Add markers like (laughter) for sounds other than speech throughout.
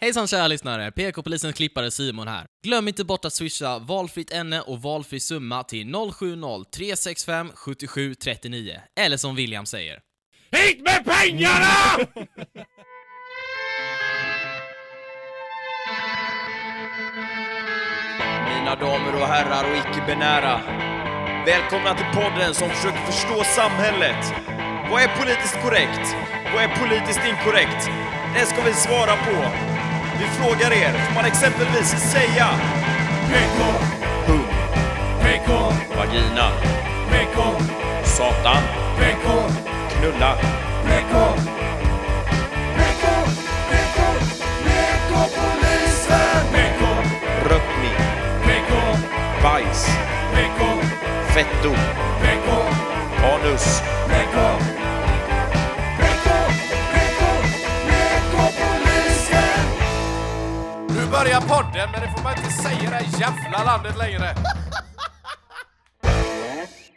Hejsan kära lyssnare! PK-polisens klippare Simon här. Glöm inte bort att swisha valfritt ämne och valfri summa till 070-365 7739. Eller som William säger. Hit med pengarna! Mina damer och herrar och icke-binära. Välkomna till podden som försöker förstå samhället. Vad är politiskt korrekt? Vad är politiskt inkorrekt? Det ska vi svara på. Vi frågar er, får man exempelvis säga PK, hund, PK, vagina, PK, satan, PK, knulla? PK. PK, PK, PK-polisen. PK, Röppning, PK, bajs, PK, fetto, PK, anus. PK. PK, PK, PK-polisen. Nu börjar podden, men det får man inte säga i det här jävla landet längre.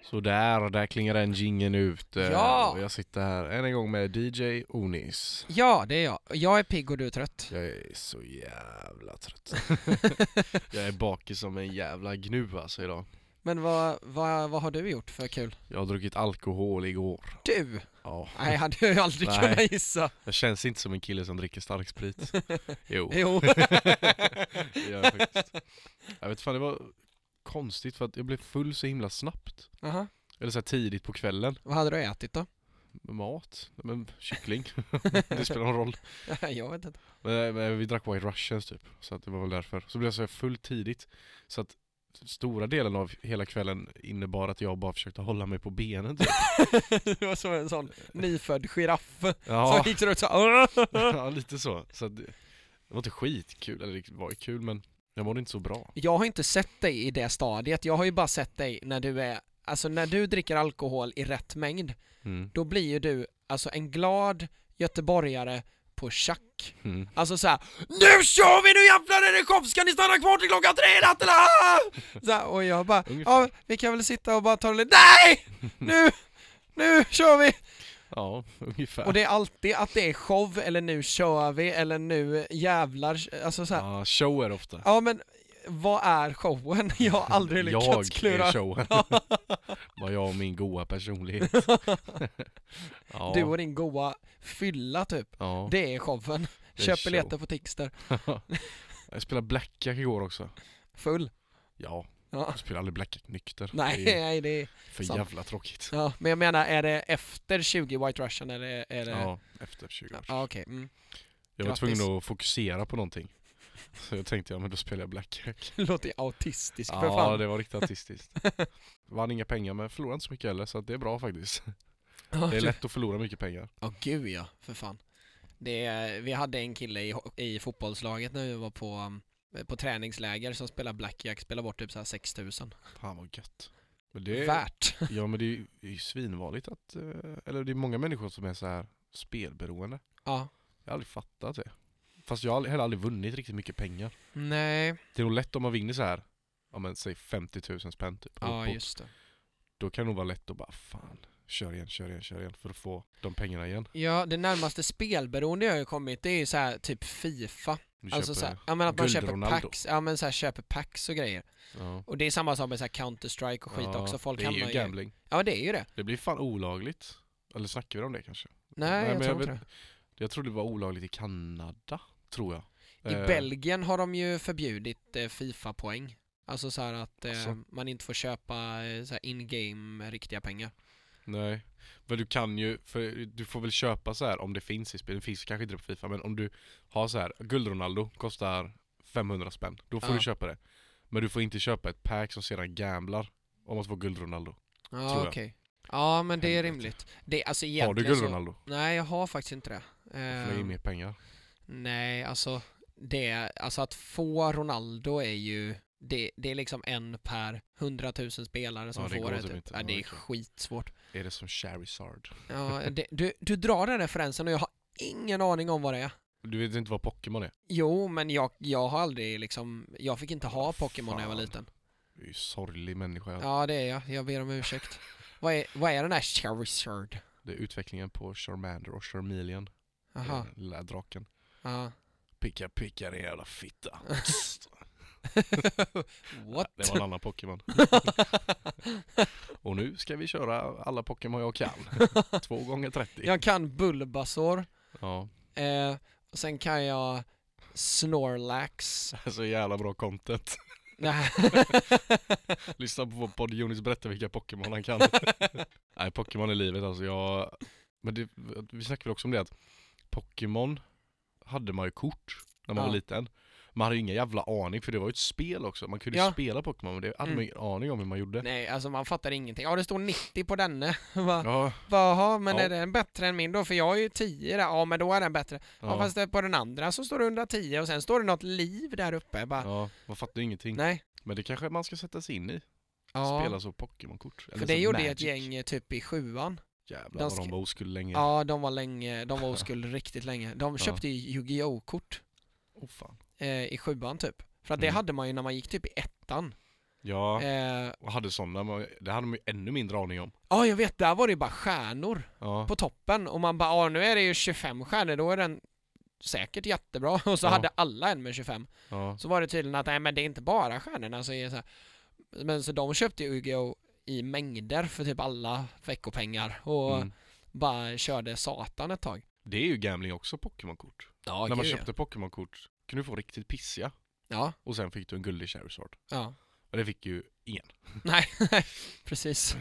Så där, där klingar den gingen ut. eh, Ja! Och jag sitter här än en gång med DJ Onis. Ja, det är jag. Jag är pigg och du är trött. Jag är så jävla trött. jag är bakis som en jävla gnu alltså idag. Men vad, vad, vad har du gjort för kul? Jag har druckit alkohol igår. Du! Ja. Nej, jag hade ju aldrig Nej. Oh. kunnat gissa. Jag känns inte som en kille som dricker stark sprit. Jo, (laughs) Jo. det gör jag faktiskt. Jag vet fan, det var konstigt för att jag blev full så himla snabbt. Aha. Eller så här tidigt på kvällen. Vad hade du ätit då? (laughs) Mat? Men kyckling? (laughs) det spelar någon roll. jag vet inte. Men, eh, men vi drack White Russians typ, så att det var väl därför. Så blev jag så här full tidigt, så att stora delen av hela kvällen innebar att jag bara försökte hålla mig på benen typ. det var som en sån nyfödd giraff Ja, som gick runt såhär (laughs) ja lite så. så att det, det var inte skitkul, eller det var ju kul men jag mådde inte så bra. Jag har inte sett dig i det stadiet, jag har ju bara sett dig när du är, alltså när du dricker alkohol i rätt mängd, Mm. då blir ju du alltså en glad göteborgare på tjack. Mm. Alltså såhär NU KÖR VI NU JÄVLAR ÄR DET SHOW SKA NI STANNA KVAR TILL KLOCKAN TRE I NATTEN ah!" så här, Och jag bara Ungefär. ja, vi kan väl sitta och bara ta det lite NEJ! Nu! Nu kör vi! Ja, (laughs) ungefär. Och det är alltid att det är show eller nu kör vi eller nu jävlar Alltså såhär Ja, show är det ofta. Ja men vad är showen? (laughs) Jag har aldrig lyckats jag klura är showen. (laughs) Bara jag och min (laughs) goa personlighet. (laughs) ja, Du och din goa fylla typ ja. Det är showen Det är Köp show. biljetter på Tixter (laughs) Jag spelade blackjack igår också. Full Ja, Ja jag spelar aldrig blackjack nykter. (laughs) Nej, Alltså, Det (laughs) är- nej det är För Sant. jävla tråkigt. Ja, men jag menar, är det efter 20 White Russian eller är det... Ja, efter 20 år. Eh, Ja, okej. Mm. (laughs) Jag var grattis. tvungen att fokusera på någonting. Så jag tänkte, ja men då spelar jag blackjack. Låter ju autistisk för Ja, fan. det var (laughs) riktigt autistiskt. Vann inga pengar men förlorade inte så mycket heller, så att det är bra faktiskt. Ja, Det är du- lätt att förlora mycket pengar. Ja, gud ja, för fan. Det, är- vi hade en kille i, ho- i fotbollslaget när vi var på, um, på träningsläger som spelade blackjack, spelade bort typ så här 6000. Fan vad gött. Men det är, Värt! (laughs) ja men det är ju- det är ju svinvanligt att, eh, eller det är många människor som är så här spelberoende. Ja. Jag har aldrig fattat det. Fast jag har aldrig- heller aldrig vunnit riktigt mycket pengar. Nej. Det är nog lätt om man vinner så här, ja men säg 50 000 spänn typ. Ja, uppåt. just det. då kan det nog vara lätt att bara fan, kör igen, kör igen, kör igen för att få de pengarna igen. Ja, det närmaste spelberoende jag har ju kommit, det är ju så här typ Fifa. Du Alltså köper- så här, ja men att man köper guld-Ronaldo. packs, ja men så här, köper packs och grejer. ja. Och det är samma sak med så här Counter-Strike och skit Ja, också, folk det är hamnar ju ju... gambling. Ja, det är ju det. Det blir fan olagligt. Eller snackar vi om det kanske? Nej, Nej, jag men tror jag inte vet- det. Jag tror det var olagligt i Kanada, tror jag. I eh. Belgien har de ju förbjudit eh, Fifa-poäng. Alltså så här att eh, Alltså. man inte får köpa eh, så här in-game riktiga pengar. Nej. Men du kan ju, för du får väl köpa så här om det finns i spelet, det finns kanske inte det på Fifa, men om du har så här, guld-Ronaldo kostar 500 spänn, då får Ja. du köpa det. Men du får inte köpa ett pack som sedan gamblar om att få guld-Ronaldo. Ja, Tror okej. jag. Ja, men det är Helvete. rimligt. Det, alltså, Har du egentligen så... guld-Ronaldo? Nej, jag har faktiskt inte det. Lägg in Ehm, mer pengar. nej, alltså, det, alltså att få Ronaldo är ju... Det, det är liksom en per hundratusen spelare som Ja, det får går det. typ Typ. inte. Ja, Ja, det är det kan- skitsvårt. Är det som Charizard? Ja, det, du, du drar den referensen och jag har ingen aning om vad det är. Du vet inte vad Pokémon är? Jo, men jag, jag har aldrig liksom, jag fick inte ha Vad Pokémon när jag var fan. liten. Du är ju sorglig människa. Ja, det är jag. Jag ber om ursäkt. vad, är, vad är den här Charizard? Det är utvecklingen på Charmander och Charmeleon. Aha, (laughs) Den lilla draken. ja. Picka picka din (laughs) jävla fitta. What? Det var en (laughs) annan Pokémon. Och nu ska vi köra alla Pokémon (laughs) jag kan. Två gånger 30. Jag kan Bulbasaur, Ja. eh, och sen kan jag Snorlax. (laughs) Så jävla bra content. Nej. Lyssna på vår podd Jonis berättar vilka Pokémon (laughs) han kan. Nej, Pokémon är livet alltså. Jag... Men det, vi snackade väl också om det att Pokémon hade man ju kort när man Ja. var liten. Man hade ju ingen jävla aning för det var ju ett spel också. Man kunde ju Ja. spela Pokémon men det hade Mm. man ingen aning om hur man gjorde. Nej, alltså man fattar ingenting. Ja, det står 90 på denne. (laughs) Va- Ja, va, Jaha, men Ja. är den bättre än min då? För jag är ju 10 där. Ja, men då är den bättre. Ja, ja, fast det- på den andra så står det 110 och sen står det något liv där uppe. Jag Bara, ja, man fattar ju ingenting. Nej. Men det kanske man ska sätta sig in i. Ja. Spela så Pokémon-kort. Eller För det så gjorde Magic. ett gäng eh, typ i sjuan. Jävlar De vad de sk- var oskuld länge. Ja. Ja, de var länge, (laughs) de var oskuld riktigt länge. De köpte ju Yu-Gi-Oh! kort Oh, fan. eh, i sjuan typ. För att det Mm. hade man ju när man gick typ i ettan. Ja, Eh, och hade sådana, det hade man ju ännu mindre aning om. Ja, jag vet. Där var det ju bara stjärnor Ja, på toppen. Och man bara, ja nu är det ju 25 stjärnor, då är den säkert jättebra. (laughs) Och så Ja. hade alla en med 25. ja. Så var det tydligen att, nej men det är inte bara stjärnorna som är så här. Men så de köpte ju Yu-Gi-Oh! i mängder för typ alla veckopengar. Och Mm. bara körde satan ett tag. Det är ju gambling också, Pokémon-kort. Ja, När man köpte Pokémon-kort kunde du få riktigt pissiga Ja, och sen fick du en guldig Charizard. ja. (laughs) Och det fick ju ingen. Nej, precis.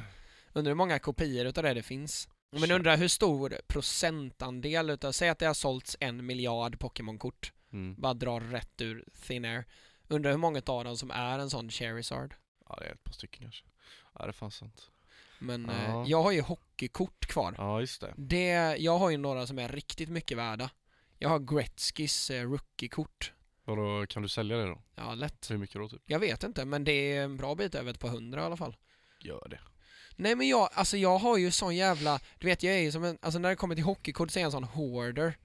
Undrar hur många kopior utav det det finns. Men Tja. undrar hur stor procentandel utav, säg att det har sålts en miljard Pokémon-kort. Mm. Bara drar rätt ur thin air. Undrar hur många av dem som är en sån Charizard. Ja, det är ett par stycken kanske. Ja, det fanns sant. Men Ja. eh, jag har ju hockeykort kvar. Ja, just det. Det, jag har ju några som är riktigt mycket värda. Jag har Gretzkys eh, rookie-kort. Vadå, kan du sälja det då? Ja, lätt. Hur mycket då typ? Jag vet inte, men det är en bra bit över ett par hundra i alla fall. Gör det. Nej men jag, alltså jag har ju sån jävla, du vet jag är ju som en, alltså när det kommer till hockeykort så är jag en sån hoarder.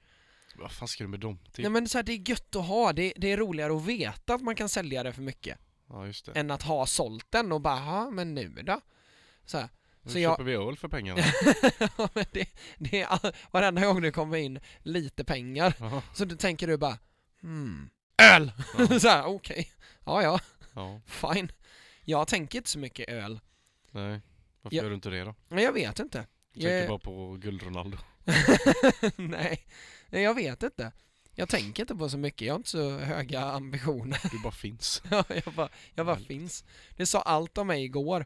Vad fan ska du med dem till? Nej men så här, det är gött att ha, det, det är roligare att veta att man kan sälja det för mycket. Ja, just det. Än att ha sålt den och bara, "Ha, men nu då? Så, här. Nu så köper jag- vi öl (laughs) för pengarna. Ja, men det, det är all, varenda gång det kommer in lite pengar ja, så du tänker du bara, hmm, öl! (laughs) Ja. så här, okej, ja ja, ja, fine. Jag tänker inte så mycket öl. nej. Varför Ja. gör du inte det då? Men jag vet inte. Jag tänker Jag- bara på guld-Ronaldo. (laughs) Nej, nej, jag vet inte. Jag tänker inte på så mycket, jag har inte så höga ambitioner. Du bara finns. (laughs) Ja, jag bara, jag bara Väldigt. finns. Det sa allt om mig igår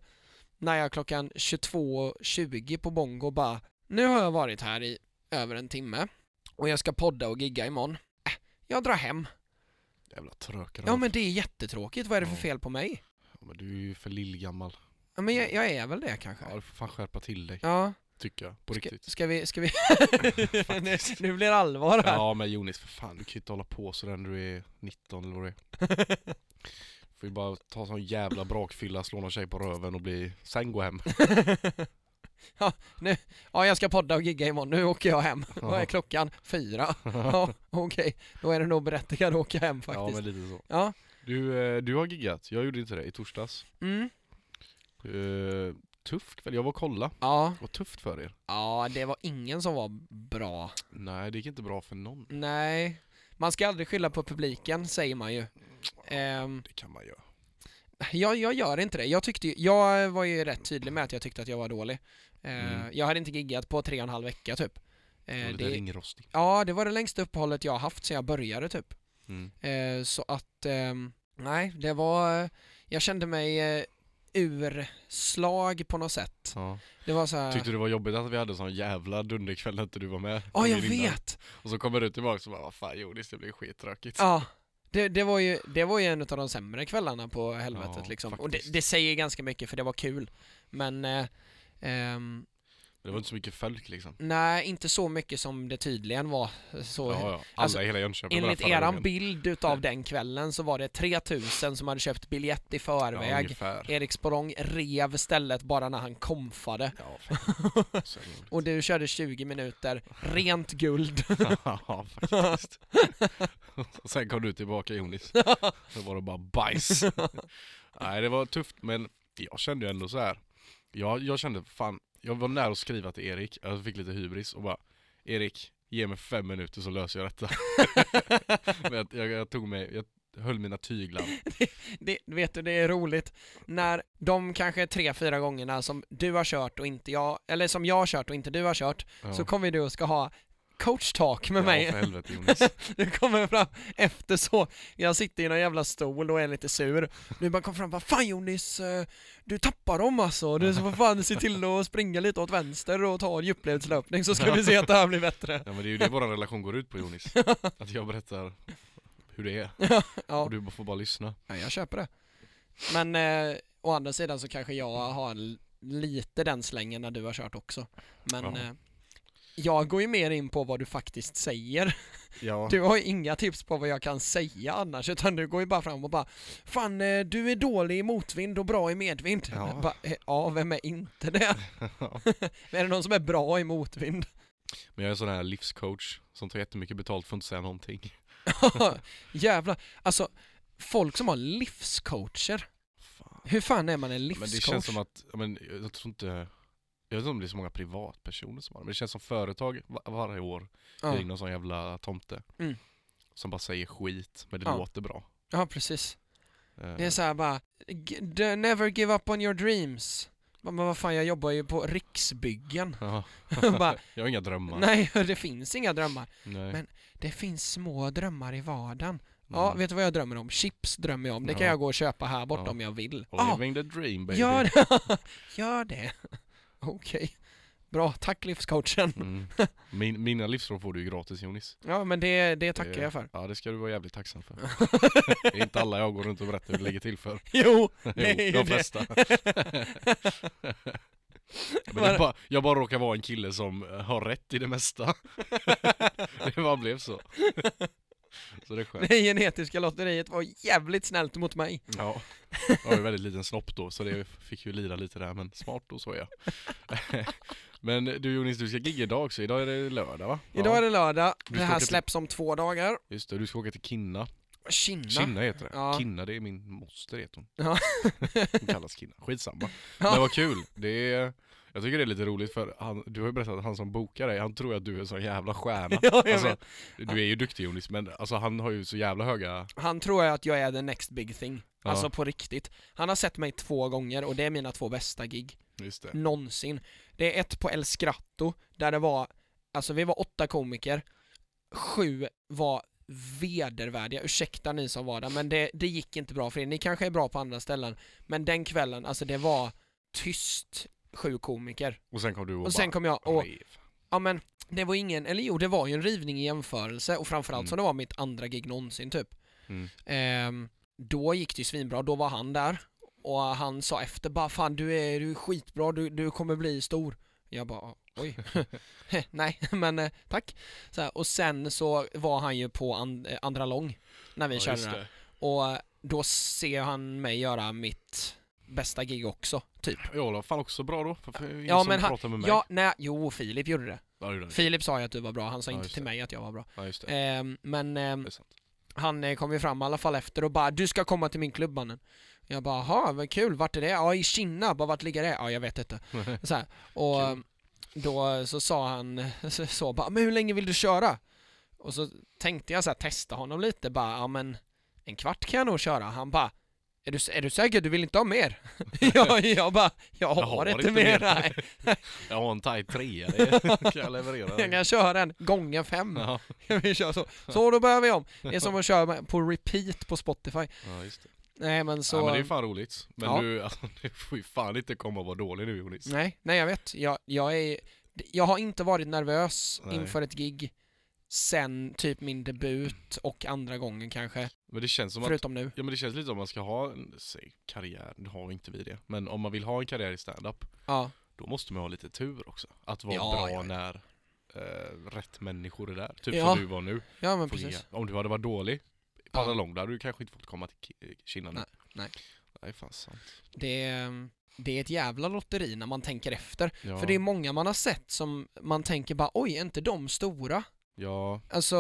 när jag klockan 22.20 på Bongo bara Nu har jag varit här i över en timme och jag ska podda och gigga imorgon. Äh, jag drar hem. Jävla trökare. Ja men det är jättetråkigt, vad är det för Ja. fel på mig? Ja, men du är ju för lillgammal. Ja, men jag, jag är väl det kanske. Ja, du får fan skärpa till dig. Ja, Tycker jag. På ska, (laughs) riktigt. ska vi, (laughs) ska vi... (laughs) nu, nu blir det allvar här. Ja men Jonis för fan, du kan ju inte hålla på sådär när du är 19 eller vad det är. (laughs) Får ju bara ta sån jävla brakfylla, slå någon tjej på röven och bli, sen gå hem. (laughs) ja, nu, ja, jag ska podda och gigga imorgon. Nu åker jag hem. Vad är Ja. klockan? (laughs) Fyra. (laughs) Ja, okej. Då är det nog berättigat att åka hem Ja faktiskt. men lite så. Ja. Du, eh, du har giggat, jag gjorde inte det i torsdags. Mm. Eh, Tuff kväll, jag var och kolla. Ja. Vad tufft för er. ja, det var ingen som var bra. Nej det gick inte bra för någon. Nej. Man ska aldrig skylla på publiken, säger man ju. Ehm, Det kan man göra. jag, jag gör inte det. Jag, tyckte, ju- jag var ju rätt tydlig med att jag tyckte att jag var dålig. Ehm, Mm. Jag hade inte giggat på tre och en halv vecka typ. Ehm, Jag var lite det, ringrostig. ja, det var det längsta uppehållet jag har haft sedan jag började typ. Mm. Eh, så att, ehm, nej, det var, jag kände mig eh, urslag på något sätt. Ja. Det var så här, Tyckte du det var jobbigt att vi hade sån jävla dunderkväll när inte du var med? ja jag Dagen innan? vet! Och så kommer du tillbaka och så bara, vad fan Jonis det blir skittråkigt. Ja, det, det, var ju, det var ju en av de sämre kvällarna på helvetet Ja, liksom. Och det, faktiskt. det säger ganska mycket för det var kul. Men eh, ehm, Det var inte så mycket folk liksom. nej, inte så mycket som det tydligen var. Så, Ja, ja. Alla alltså, i hela Jönköping var Enligt där förra eran gången. bild utav den kvällen så var det 3000 som hade köpt biljett i Ja, förväg. ungefär. Erik Sporrong rev stället bara när han komfade. Ja, fan. (laughs) Så är det roligt. Och du körde 20 minuter, rent guld. (laughs) ja, faktiskt. (laughs) Och sen kom du (laughs) tillbaka Jonis. Då var det bara bajs. Nej, det var tufft men jag kände ju ändå så här. Jag, jag kände fan, jag var nära att skriva till Erik, jag fick lite hybris och bara Erik, Ge mig fem minuter så löser jag detta. (laughs) Men jag, jag, jag tog mig, jag höll mina tyglar. Det, vet du, det är roligt när de kanske tre, fyra gångerna som du har kört och inte jag, eller som jag har kört och inte du har kört, Ja. så kommer du och ska ha coach-talk med Ja, för mig. helvete Jonas. (laughs) Du kommer fram efter så, jag sitter i någon jävla stol och är lite sur. Du bara kom fram och bara 'Fan Jonis, eh, du tappar dem alltså. Du får fan se till att springa lite åt vänster och ta en djupledslöpning så ska vi se att det här blir bättre' Ja men det är ju det vår relation går ut på Jonis. Att jag berättar hur det är (laughs) Ja, och du får bara lyssna. ja jag köper det. Men eh, å andra sidan så kanske jag har l- lite den slängen när du har kört också. Men Ja. eh, jag går ju mer in på vad du faktiskt säger. Ja. Du har ju inga tips på vad jag kan säga annars utan du går ju bara fram och bara Fan eh, du är dålig i motvind och bra i medvind. Ja. Bara, eh, ja vem är inte (laughs) det? är det någon som är bra i motvind? (laughs) Men jag är en sån här livscoach som tar jättemycket betalt för att inte säga någonting. Jävlar, alltså folk som har livscoacher. Hur fan är man en Men livscoach? det känns som att, ja, men jag tror inte, jag vet inte om det är så många privatpersoner som har det, men det känns som företag va- varje år ja. hyr in någon sån jävla tomte. Mm. Som bara säger skit, men det Ja. låter bra. ja precis. Eh, Det är så här bara "G- d- Never give up on your dreams. Men vad fan jag jobbar ju på Riksbyggen. (laughs) (laughs) ja. bara, jag har inga drömmar. Nej (laughs) det finns inga drömmar. Nej. men- Det finns små drömmar i vardagen. Ja, Mm. vet du vad jag drömmer om? Chips drömmer jag om. Det kan Ja. jag gå och köpa här borta Ja. om jag vill. Ah, Living the dream baby. gör det! (laughs) gör det! Okej. Bra, tack livscoachen. (laughs) Mm. Min, mina livsråd får du ju gratis Jonis. Ja, men det, det tackar Det- jag för. Ja det ska du vara jävligt tacksam (laughs) för. det är inte alla jag går runt och berättar hur det ligger till för. Jo! (laughs) (laughs) Jo, är ju de det. flesta. Men jag, bara, jag bara råkar vara en kille som eh, har rätt i (laughs) det mesta. det bara blev så. så det är (laughs) skönt. Det genetiska lotteriet var jävligt snällt mot mig. Ja. Jag har ju väldigt liten snopp då, så det fick ju lida lite där, men smart och så är jag. (laughs) men du Jonis, du ska gigga idag också. Idag är det lördag va? Idag är det lördag. Du Det ska här åka till- släpps om två dagar. Just det, du ska åka till Kinna. Kinna. Kinna heter det. Ja. Kinna, det är min moster heter hon. Ja. (laughs) hon kallas Kinna. Skitsamma. Ja. Men vad kul. Det är, jag tycker det är lite roligt för han, du har ju berättat att han som bokar dig, han tror att du är en sån jävla stjärna. (laughs) Ja, jag alltså, vet. du är ju duktig Jonas, men alltså, han har ju så jävla höga... Han tror att jag är the next big thing. Ja. Alltså på riktigt. Han har sett mig två gånger och det är mina två bästa gig. Just Mm. det. någonsin. Det är ett på El Scratto där det var, alltså vi var åtta komiker, sju var vedervärdiga, ursäkta ni som var där, men det, det gick inte bra för er. Ni kanske är bra på andra ställen, men den kvällen, alltså det var tyst sju komiker. Och sen kom du och, Och sen bara... kom jag och, rev. ja men, det var ingen, eller jo det var ju en rivning i jämförelse och framförallt Mm. som det var mitt andra gig någonsin typ. Mm. Ehm, då gick det ju svinbra, då var han där och han sa efter bara fan du är, du är skitbra, du, du kommer bli stor. Jag bara (laughs) oj, (laughs) nej men eh, tack. Så här, och sen så var han ju på and, eh, andra lång när vi Ja, körde just det. det. och då ser han mig göra mitt bästa gig också, typ. Ja, det var fan också bra då. För, för ingen Ja, som men han- pratar med mig. Ja, nej, jo Filip gjorde det. Ja, det gjorde han. Filip sa ju att du var bra, han sa Ja, inte just till det. mig att jag var bra. ja, just det. Ehm, men ehm, Det är sant. han eh, kom ju fram i alla fall efter och bara du ska komma till min klubb mannen. Jag bara jaha, vad kul, vart är det? Ja i Kina, bara vart ligger det? Ja jag vet (laughs) inte. Så här. Och eh, då eh, så sa han (laughs) så, så bara, men hur länge vill du köra? Och så tänkte jag så här, testa honom lite bara, ja men en kvart kan jag nog köra. Han bara, är du, är du säker? Du vill inte ha (laughs) mer? (laughs) jag, jag bara, jag har, inte, mer. Nej. (laughs) Jag har en tight trea, det kan jag leverera. (laughs) Jag kan köra en gånger fem. (laughs) Ja, vi kör så. Så då börjar vi om. Det är som att köra på repeat på Spotify. ja just det. Nej men så... Ja, men det är fan roligt. Men Ja. du, (laughs) alltså, du får ju fan inte komma och vara dålig nu Jonas. Nej, nej jag vet. Jag, jag, är, jag har inte varit nervös Nej. inför ett gig sen typ min debut och andra gången kanske, Men det känns som att förutom nu. Ja men det känns lite som om man ska ha en säg, karriär, nu har inte vi det, men om man vill ha en karriär i stand-up Ja, då måste man ha lite tur också. Att vara Ja, bra ja, ja. när eh, rätt människor är där. Typ Ja. som du var nu. ja men Får Alltså- precis. gigga. Om du hade varit dålig Ja. på alla lång, då hade du kanske inte fått komma till Ki- Kina nu. Nej, nej. Nej, fan sant. Det, är- det är ett jävla lotteri när man tänker efter. Ja, För det är många man har sett som man tänker bara oj, är inte de stora? ja. Alltså,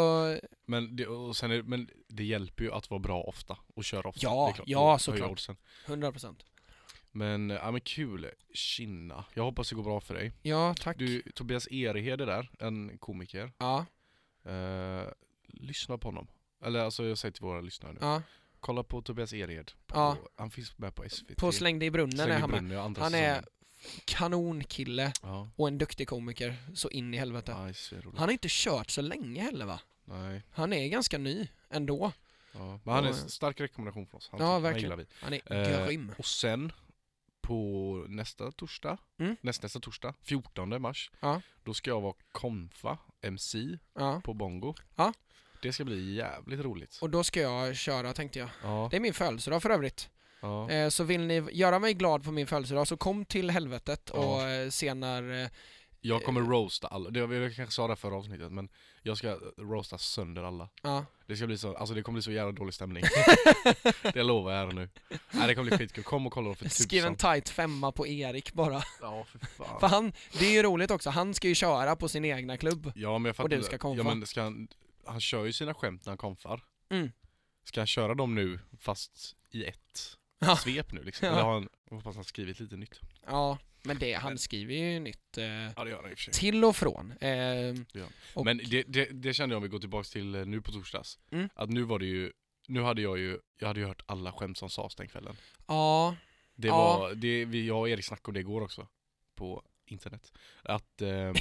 Men, det, och sen är, men det hjälper ju att vara bra ofta och köra ofta. Ja, Det är klart. ja, Det höjer såklart. oddsen. 100%. Men, ja men kul, Kina. Jag hoppas det går bra för dig. Ja, tack. Du, Tobias Erihed är där, en komiker. Ja, Eh, lyssna på honom. Eller alltså jag säger till våra lyssnare nu. Ja. Kolla på Tobias Ered. På, Ja. Han finns med på SVT. På Slängde i brunnen Släng i är han med. brunnen, ja, andra Han är säsongen. kanonkille Ja, och en duktig komiker så in i helvete. nej, svinrolig. Han har inte kört så länge heller va? Nej. Han är ganska ny ändå. Ja. Men han är Ja, ja. en stark rekommendation från oss. Han, Ja, han verkligen. gillar vi. Han är Eh, grym. Och sen på nästa torsdag, Mm. näst, nästa torsdag, 14 mars, Ja. då ska jag vara konfa, MC, Ja. på Bongo. Ja. Det ska bli jävligt roligt. Och då ska jag köra tänkte jag. Ja, Det är min födelsedag för övrigt. ja. Eh, Så vill ni göra mig glad på min födelsedag så kom till helvetet och Ja. eh, se när... eh, Jag kommer roasta alla, det, jag kanske sa det här förra avsnittet men jag ska roasta sönder alla. Ja. Det ska bli så, alltså det kommer bli så jävla (laughs) dålig stämning. det lovar jag här nu. Nej det kommer bli skitkul, kom och kolla då för tusan. Skriv en tight femma på Erik bara. Ja för fan. För han, det är ju roligt också, han ska ju köra på sin egna klubb. Ja men jag fattar Och du inte. ska konfa. Ja, men ska han, han kör ju sina skämt när han konfar. Mm. Ska han köra dem nu fast i ett Ja. svep nu liksom? Ja. Eller har han, jag hoppas han skrivit lite nytt. Ja, men det, Eh. han skriver ju nytt eh, Ja det gör han i och för sig. till och från. Eh, och- Men det, det, det kände jag om vi går tillbaks till eh, nu på torsdags. Mm. Att nu var det ju, nu hade jag ju, jag hade ju hört alla skämt som sades den kvällen. ja, Det Ja. var, det, vi, jag och Erik snackade om det igår också. På internet. (laughs) Att eh,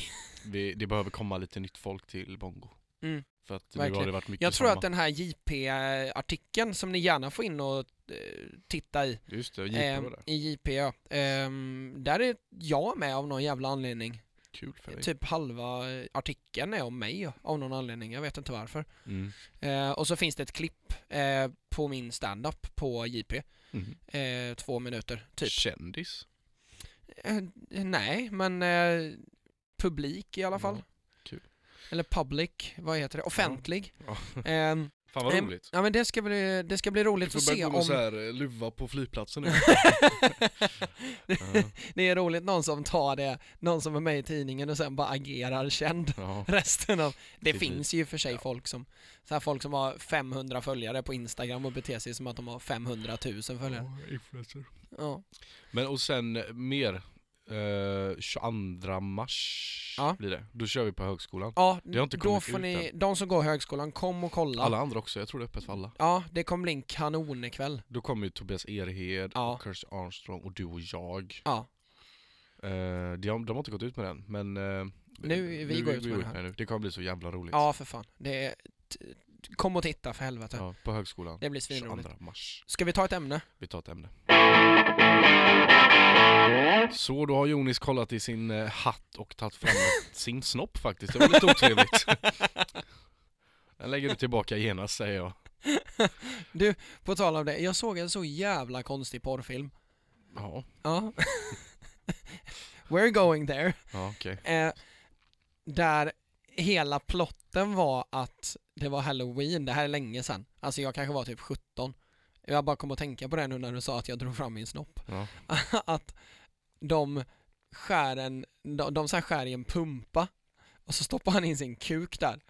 vi, det behöver komma lite nytt folk till Bongo. Mm. För att nu har Verkligen. det varit mycket jag tror samma. att den här JP-artikeln som ni gärna får in och eh, titta i, Just det, eh, JP var det. i JP, ja, eh, där är jag med av någon jävla anledning. Kul för dig. Typ halva eh, artikeln är om mig av någon anledning, jag vet inte varför. Mm. Eh, och så finns det ett klipp eh, på min standup på JP, Mhm. eh, två minuter typ. Kändis? Eh, nej, men eh, publik i alla Ja, fall. kul. Eller public, vad heter det? Offentlig. Ja. Ehm, Fan vad Ehm, roligt. ja men det ska bli, det ska bli roligt att se om... här eh, luva på flygplatsen nu. (laughs) det är roligt någon som tar det, någon som är med i tidningen och sen bara agerar känd (laughs) ja. resten av... Det Sitt liv. finns ju i och för sig folk som, så här folk som har 500 följare på Instagram och beter sig som att de har 500 000 följare. influencer. Ja. Men och sen eh, mer. Eh, 22 mars Ja. blir det. Då kör vi på högskolan. Ja, Det har inte då kommit får ut ni, de som går högskolan, kom och kolla. Alla andra också, jag tror det är öppet för alla. Ja, det kommer bli en kanonkväll. Och Då kommer ju Tobias Erhed, Ja. och Kirsty Armstrong och du och jag. Ja. Eh, de, de har inte gått ut med den, men... eh, Nu- vi går ut med den här. nu. Det kommer bli så jävla roligt. Ja, för fan. Det är, t- t- kom och titta för helvete. Ja, på högskolan. Det blir svinroligt. 22 mars. Ska vi ta ett ämne? Vi tar ett ämne. Så då har Jonis kollat i sin eh, hatt och tagit fram (laughs) ett- sin snopp faktiskt. Det var lite otrevligt. (laughs) Den lägger du tillbaka genast säger jag. På tal om det, jag såg en så jävla konstig porrfilm. Ja, Ja. (laughs) We're going there. ja okej. Eh, där hela plotten var att det var halloween, det här är länge sedan. Alltså jag kanske var typ 17. Jag bara kom att tänka på det nu när du sa att jag drog fram min snopp. Ja. (laughs) att de skär en, de, de så här skär i en pumpa och så stoppar han in sin kuk där.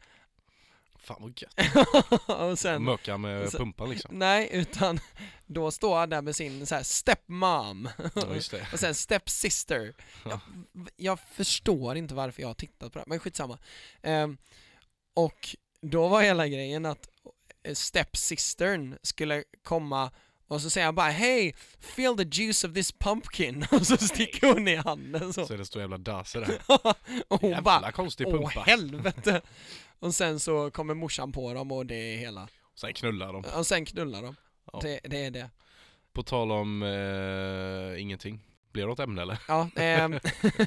(laughs) Fan vad gött. och sen Möka med så- pumpan liksom. Nej, utan då står han där med sin så här stepmom (laughs) Ja just det. och sen stepsister. Jag, jag förstår inte varför jag har tittat på det här, men skitsamma. Ehm, och då var hela grejen att eh, stepsistern skulle komma och så säger han bara hej, feel the juice of this pumpkin (laughs) och så sticker hon i handen så. Så är det står jävla daser där. (laughs) och hon bara Jävla konstig åh pumpa. helvete. (laughs) Och sen så kommer morsan på dem och det är hela. Sen knullar de. Och sen knullar de. Ja. Det, det är det. På tal om eh, ingenting. Blir det något ämne eller? Ja, ehm,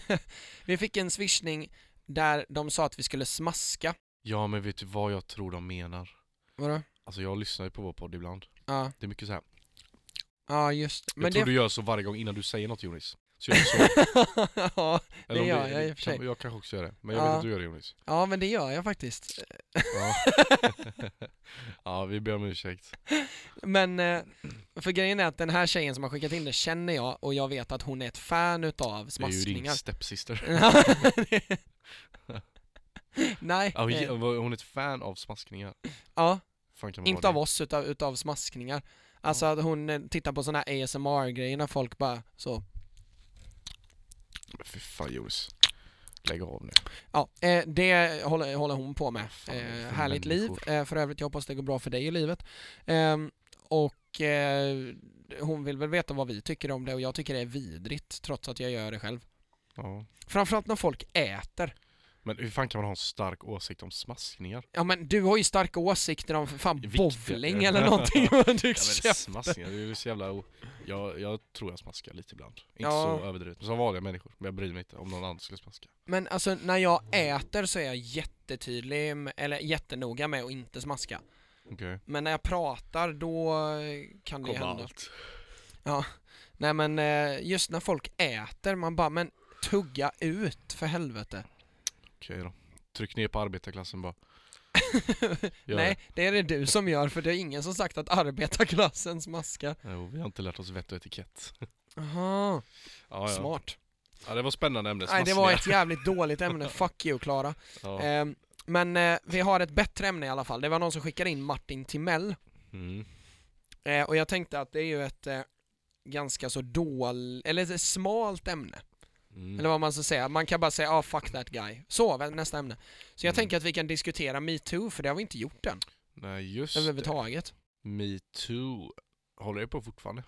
(laughs) vi fick en swishning där de sa att vi skulle smaska. Ja men vet du vad jag tror de menar? Vadå? Alltså jag lyssnar ju på vår podd ibland. Ja, Det är mycket så här. ja just Jag men tror det. du gör så varje gång innan du säger något Jonis. Så jag (laughs) så. ja, Eller om gör jag i och för kan- sig. Jag kanske också gör det, men jag Ja. vet att du gör det Jonas. ja, men det gör jag faktiskt. Ja. (laughs) ja, vi ber om ursäkt. Men, eh, för grejen är att den här tjejen som har skickat in det känner jag och jag vet att hon är ett fan utav Det är ju din smaskningar. (laughs) stepsister. (laughs) Nej, Ja, hon, eh, hon är ett fan av smaskningar. ja, Fan kan man inte vara av det? oss utav, utav smaskningar. Alltså att hon eh, tittar på såna här ASMR-grejer när folk bara så Men Fy fan Jonas. Lägg av nu. Ja, eh, det håller, håller hon på med. Fan, vad är det Eh, för härligt människor? liv. Eh, för övrigt, jag hoppas det går bra för dig i livet. Ehm, och eh, hon vill väl veta vad vi tycker om det och jag tycker det är vidrigt trots att jag gör det själv. Ja. Framförallt när folk äter. Men hur fan kan man ha en stark åsikt om smaskningar? Ja men du har ju starka åsikter om för fan Viktiga. bowling eller någonting. men du (laughs) Ja, men smaskningar, det är ju så jävla... o- Jag, jag tror jag smaskar lite ibland. Inte Ja. så överdrivet, men som vanliga människor. Men jag bryr mig inte om någon annan skulle smaska. Men alltså när jag äter så är jag jättetydlig, m- eller jättenoga med att inte smaska. Okej. Men när jag pratar då eh, kan det Kommer hända. allt. Nej men eh, just när folk äter, man bara men tugga ut för helvete. Okej då. Tryck ner på (laughs) arbetarklassen bara. Gör Nej, det är det du som gör för det är ingen som sagt att arbetarklassen smaskar. det. Jo, vi har inte lärt oss vett och etikett. Aha, Ja, ja. smart. Ja, det var spännande ämne. Nej det smaskningar. var ett jävligt dåligt ämne, fuck you Klara. Ja. Ehm, men eh, vi har ett bättre ämne i alla fall. Det var någon som skickade in Martin Timell Mm. Eh, och jag tänkte att det är ju ett eh, ganska så dåligt, eller ett smalt ämne. Mm. Eller vad man ska säga. Man kan bara säga ah fuck that guy. Så, vä- nästa ämne. Så jag Mm. tänker att vi kan diskutera metoo, för det har vi inte gjort än. Nej, just det. Överhuvudtaget. Metoo håller det på fortfarande.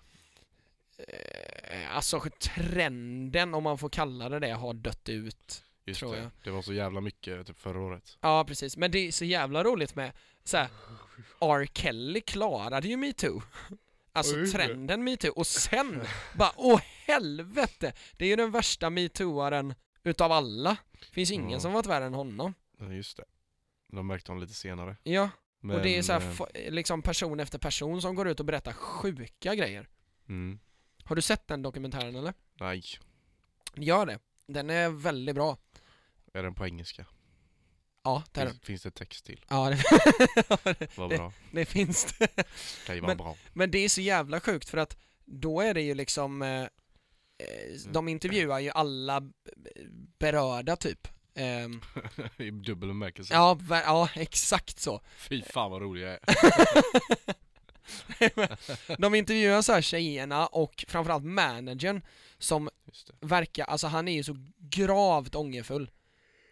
Eh, alltså trenden, om man får kalla det det, har dött ut. Just Tror det. jag. Det var så jävla mycket typ förra året. Ja, precis. Men det är så jävla roligt med såhär, R. Kelly klarade ju metoo. Alltså Ja, just det. trenden metoo. Och sen bara, åh helvete! Det är ju den värsta metooaren utav alla. Finns ingen Ja. som varit värre än honom. Ja, just det. De märkte honom lite senare. Ja, Men, och det är så här, eh, fo- liksom person efter person som går ut och berättar sjuka grejer. mm. Har du sett den dokumentären eller? Nej, Gör det. Den är väldigt bra. är den på engelska? Ja, det är den. Finns, finns det text till? Ja, det, (laughs) Vad Det- bra. det finns det. Kan ju vara men- bra. (laughs) Men det är så jävla sjukt för att då är det ju liksom eh, eh, De intervjuar ju alla b- b- berörda typ Ehm, I dubbel bemärkelse. ja, ver- ja, exakt så Fy fan vad rolig jag (laughs) är. De intervjuar så här tjejerna och framförallt managern Som Just det. verkar, alltså han är ju så gravt ångerfull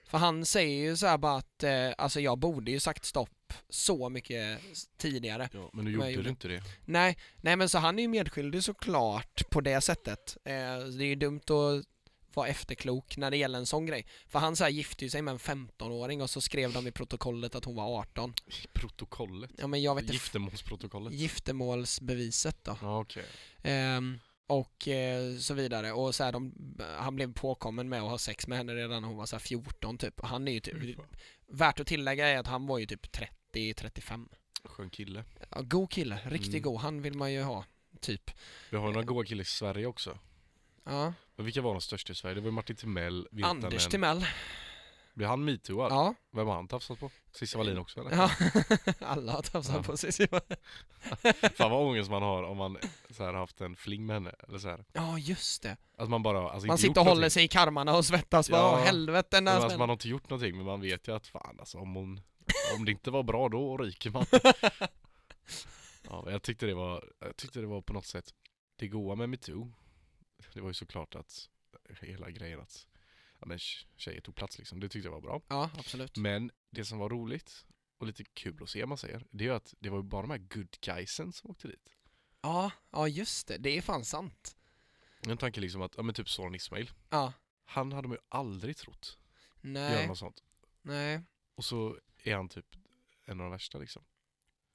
För han säger ju så här bara att eh, Alltså jag borde ju sagt stopp så mycket s- tidigare Ja, men nu Men jag gjorde gjorde- du inte det. Nej, nej men så han är ju medskyldig såklart på det sättet. Eh, så det är ju dumt att vara efterklok när det gäller en sån grej. För han så här gifte ju sig med en 15-åring och så skrev de i protokollet att hon var 18. I protokollet. Ja men jag vet inte. Giftermålsprotokollet. Giftermålsbeviset då. Ja, okej. Ehm, och eh, så vidare. Och så här, de, han blev påkommen med att ha sex med henne redan när hon var så här 14 typ. Och han är ju typ, värt att tillägga är att han var ju typ 30-35. Skön kille. Ja, god kille, riktigt Mm. god. Han vill man ju ha, typ. Vi har ju några goa killar i Sverige också. Ja. Men vilka var de största i Sverige? Det var ju Martin Timell, Virtanen. Anders Timell. Blev han metooad? Ja, Vem har han tafsat på? Cissi Wallin också eller? ja. (laughs) alla har tafsat Ja. på sig. Fan vad ångest man har om man så här, haft en fling med henne, eller så här. Ja, just det. Att man bara, alltså Man inte sitter och gjort håller sig i karmarna och svettas. Bara, Ja. "Åh, helvete när någonting. Men, jag alltså, man smäller." har inte gjort någonting, men man vet ju att fan alltså om hon, om det inte var bra då ryker man. ja, men jag tyckte det var, jag tyckte det var på något sätt, det goa med metoo, det var ju såklart att hela grejen att, ja men tjejer tog plats liksom, det tyckte jag var bra. Ja, absolut. Men det som var roligt och lite kul att se om man säger, det är ju att det var ju bara de här good guysen som åkte dit. Ja, ja, just det. Det är fan sant. En tanke liksom att, ja men typ Soran Ismail, Ja. han hade man ju aldrig trott göra Nej, något sånt. nej. Och så är han typ en av de värsta liksom.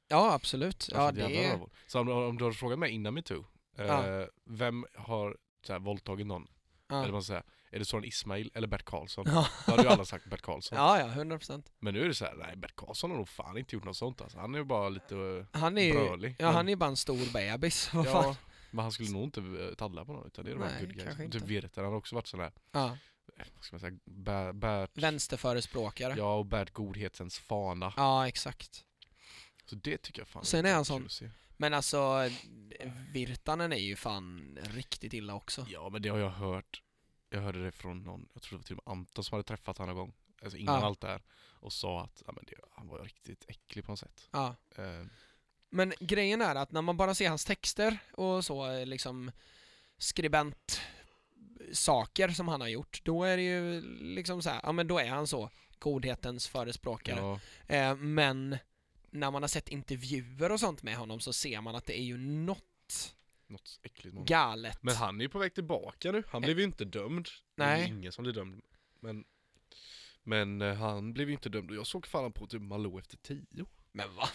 Ja, absolut. Ja, Alltså, ett det jävla är... rövhål. Så om, om du har frågat mig innan metoo, eh, Ja. vem har så här, våldtagit någon? Eller Ja, man säger, är det Soran Ismail eller Bert Karlsson? (laughs) ja, Då hade ju alla sagt Bert Karlsson. ja, ja, 100 procent. Men nu är det så här, nej Bert Karlsson har nog fan inte gjort något sånt alltså. Han är ju bara lite eh, Han är ju... brölig. Ja, han är ju bara en stor bebis. (laughs) Vad fan? Ja, men han skulle nog inte eh, talla på någon utan det är de Nej, här good kanske guys. inte. Typ Virtanen har också varit sån här, Ja. eh, vad ska man säga, Ber- Bert, Vänsterförespråkare. ja och Bert Godhetens fana. Ja, exakt. Så det tycker jag fan Sen är han sån- kul att se. Men alltså, Virtanen är ju fan riktigt illa också. Ja men det har jag hört. Jag hörde det från någon, jag tror det var till och med Anton som hade träffat honom någon gång. Alltså innan Ja. allt det här. Och sa att ja, men det, han var riktigt äcklig på något sätt. Ja. Eh, Men grejen är att när man bara ser hans texter och så eh, liksom skribent saker som han har gjort, då är det ju liksom så här, ja men då är han så, godhetens förespråkare. Ja, Eh, men när man har sett intervjuer och sånt med honom så ser man att det är ju något något äckligt med honom. galet. Mm. Men han är ju på väg tillbaka nu. Han blev ju inte dömd. Det är Nej. ju ingen som blir dömd. Men, men eh, han blev ju inte dömd. Och Jag såg fan på typ Malou efter tio. Men va?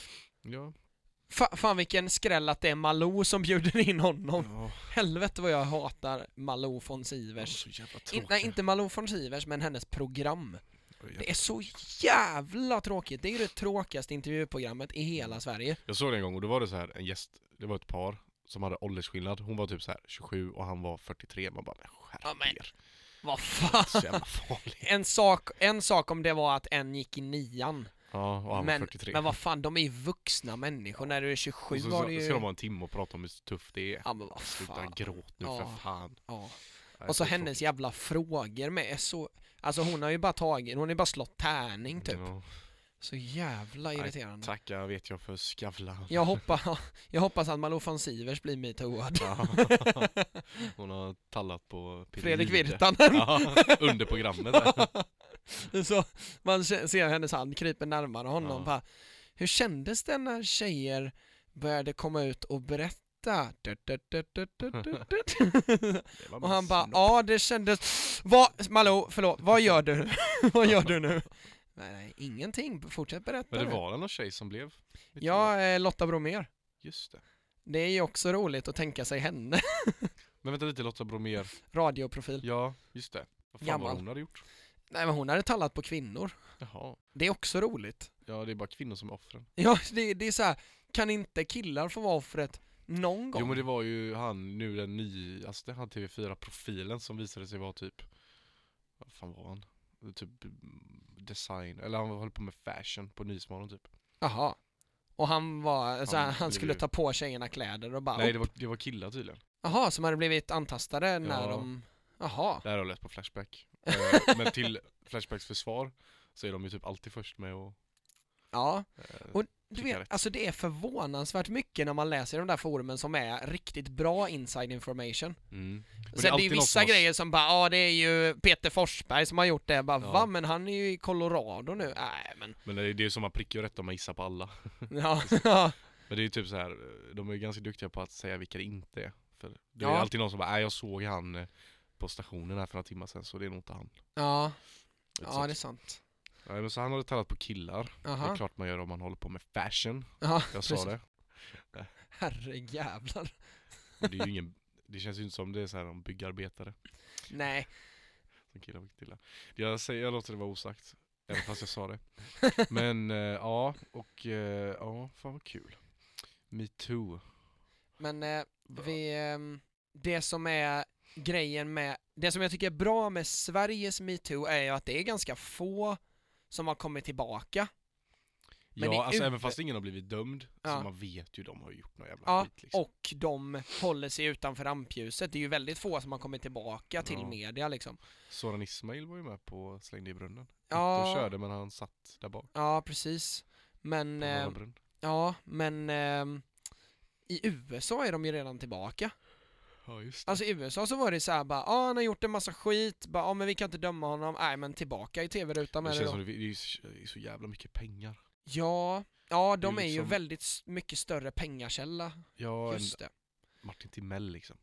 Ja. Fa, fan vilken skräll att det är Malou som bjuder in honom. ja. Helvete vad jag hatar Malou von Sivers. Så jävla tråkigt. In, nej, inte Malou von Sivers, men hennes program. Det är så jävla tråkigt. Det är ju det tråkigaste intervjuprogrammet i hela Sverige. Jag såg det en gång och då var det så här en gäst, det var ett par som hade åldersskillnad. Hon var typ så här 27 och han var 43. Man bara, men Ja, skärp men- er. Vad fan? Så jävla farlig. En sak, en sak om det var att en gick i nian. (laughs) Ja, och han var Men, 43. men vad fan, de är ju vuxna människor. När du är 27 och så, var så, det ska ju... de vara en timme och prata om hur tufft det är. Ja men vad Sluta fan. gråt nu Ja. för fan. Ja. Nej, Och så "Äh, det är hennes jävla frågor med är så... Alltså hon har ju bara tagit, hon har ju bara slått tärning tråkigt. typ. Ja. Så jävla Nej, irriterande. Tacka vet jag för Skavlan. Jag hoppas, (laughs) jag hoppas att Malou von Sivers blir metooad. (laughs) (laughs) Ja. Hon har tallat på Peder Fredrik Gide. Virtanen! Ja, (laughs) under programmet där. Så man k- ser hennes hand krypa närmare honom. Ja. Bara, hur kändes det när tjejer började komma ut och berätta? Du, du, du, du, du, du, (laughs) du. Det var och han bara, snopp. ja det kändes... Vad, Malou, förlåt, vad gör du? (laughs) vad gör du (laughs) nu? Nej, nej, ingenting, fortsätt berätta Men det nu. var väl någon tjej som blev? lite- Ja, eh, Lotta Bromér. Just det. Det är ju också roligt att tänka sig henne. (laughs) Men vänta lite Lotta Bromér. Radioprofil. Ja, just det. Vad fan var Gammal. det hon hade gjort? Nej men hon hade talat på kvinnor. Jaha. Det är också roligt. Ja, det är bara kvinnor som är offren. Ja, det, det är så här. kan inte killar få vara offret någon gång? Jo men det var ju han nu den alltså nyaste, han TV4-profilen som visade sig vara typ, vad fan var han? Typ mm, design, eller han höll på med fashion på Nyhetsmorgon typ. Jaha. Och han var, så han, Han han blev skulle ju- ta på tjejerna kläder Ah, och bara Nej det var, det var killar tydligen. Jaha, som hade blivit antastade när Ja. de Jaha. Det här har jag läst på Flashback. (laughs) Eh, men till Flashbacks försvar så är de ju typ alltid först med att Ja. eh, Och Du Klicka rätt. vet, alltså det är förvånansvärt mycket när man läser i de där forumen som är riktigt bra inside information. mm. Sen Men det är ju alltid någon vissa som har- grejer som bara, ja ah, det är ju Peter Forsberg som har gjort det, bara Ja. va men han är ju i Colorado nu, nej men, (laughs) (laughs) Men det är det är som man prickar ju rätt om man gissar på alla. ja, ja, Men det är ju typ så här, eh, de är ju ganska duktiga på att säga vilka det inte är. För det är Ja. ju alltid någon som bara, nej jag såg han eh, på stationen här för några timmar sedan så det är nog inte han. ja, Lite ja sånt. det är sant. Nej, men så han hade talat på killar. Det är Aha. klart man gör om man håller på med fashion. Ja, Jag sa precis. det. Herrejävlar. Men det, är ju ingen, det känns ju inte som det är så här om byggarbetare Nej, som killar på killar. Jag, säger, jag låter det vara osagt. Även fast (laughs) jag sa det. Men eh, ja, och eh, ja, fan vad kul. Metoo. men eh, vi, ehm, det som är grejen med, det som jag tycker är bra med Sveriges metoo är ju att det är ganska få som har kommit tillbaka. men det Ja, är alltså ute. även fast ingen har blivit dömd, Ja. så man vet ju de har gjort något jävla Ja, skit liksom. och de håller sig utanför rampljuset. Det är ju väldigt få som har kommit tillbaka till Ja. media liksom. Soran Ismail var ju med på Slängde i brunnen. Ja. Inte och körde men han satt där bak. Ja, precis. Men, på en eh, annan brunn. ja, men ehm, i USA är de ju redan tillbaka. Ja just det. Alltså i USA så var det så här bara, ah, han har gjort en massa skit, bara, ah, men vi kan inte döma honom, nej men tillbaka i tv-rutan Det med det känns då. som det det är ju så jävla mycket pengar. Ja, ja de Det är är ju liksom- väldigt s- mycket större pengakälla, Ja, en just det. Martin Timell liksom.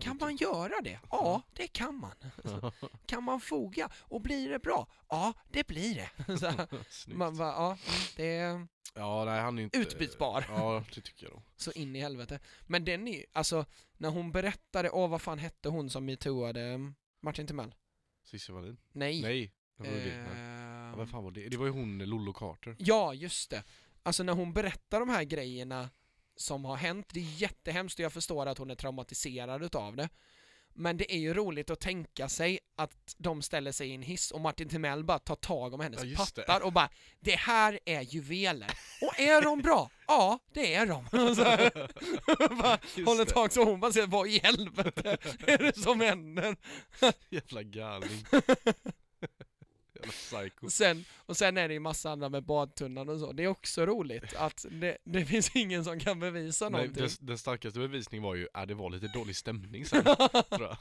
Kan man göra det? Ja, det kan man. Kan man foga? Och blir det bra? Ja, det blir (laughs) det. Så här, (laughs) (laughs) Snyggt. man bara, ja, mm, det är Ja, nej han är inte... utbytbar. Ja, det tycker jag då. Så in i helvete. Men den är ju, alltså, när hon berättade, åh vad fan hette hon som metooade mm, Martin Timell? Cissi Wallin. Nej. Nej. Det var ju det. Nej. Ja, Ehm, Vem fan var det? Det var ju hon Lollo Carter. Ja, just det. Alltså när hon berättar de här grejerna som har hänt, det är jättehemskt och jag förstår att hon är traumatiserad utav det. Men det är ju roligt att tänka sig att de ställer sig i en hiss och Martin Timell bara tar tag om hennes Ja, just det. pattar och bara Det här är juveler! Och är de (laughs) bra? Ja, det är de! (laughs) Och så här, bara, håller det. tag så hon bara säger Vad i (laughs) helvete är det som händer? (laughs) Jävla galning. Jävla psycho. Och sen, och sen är det ju massa andra med badtunnan och så. Det är också roligt att det, det finns ingen som kan bevisa Nej, någonting. äh, (laughs) den, den starkaste bevisningen var ju att det var lite dålig stämning sen, tror jag.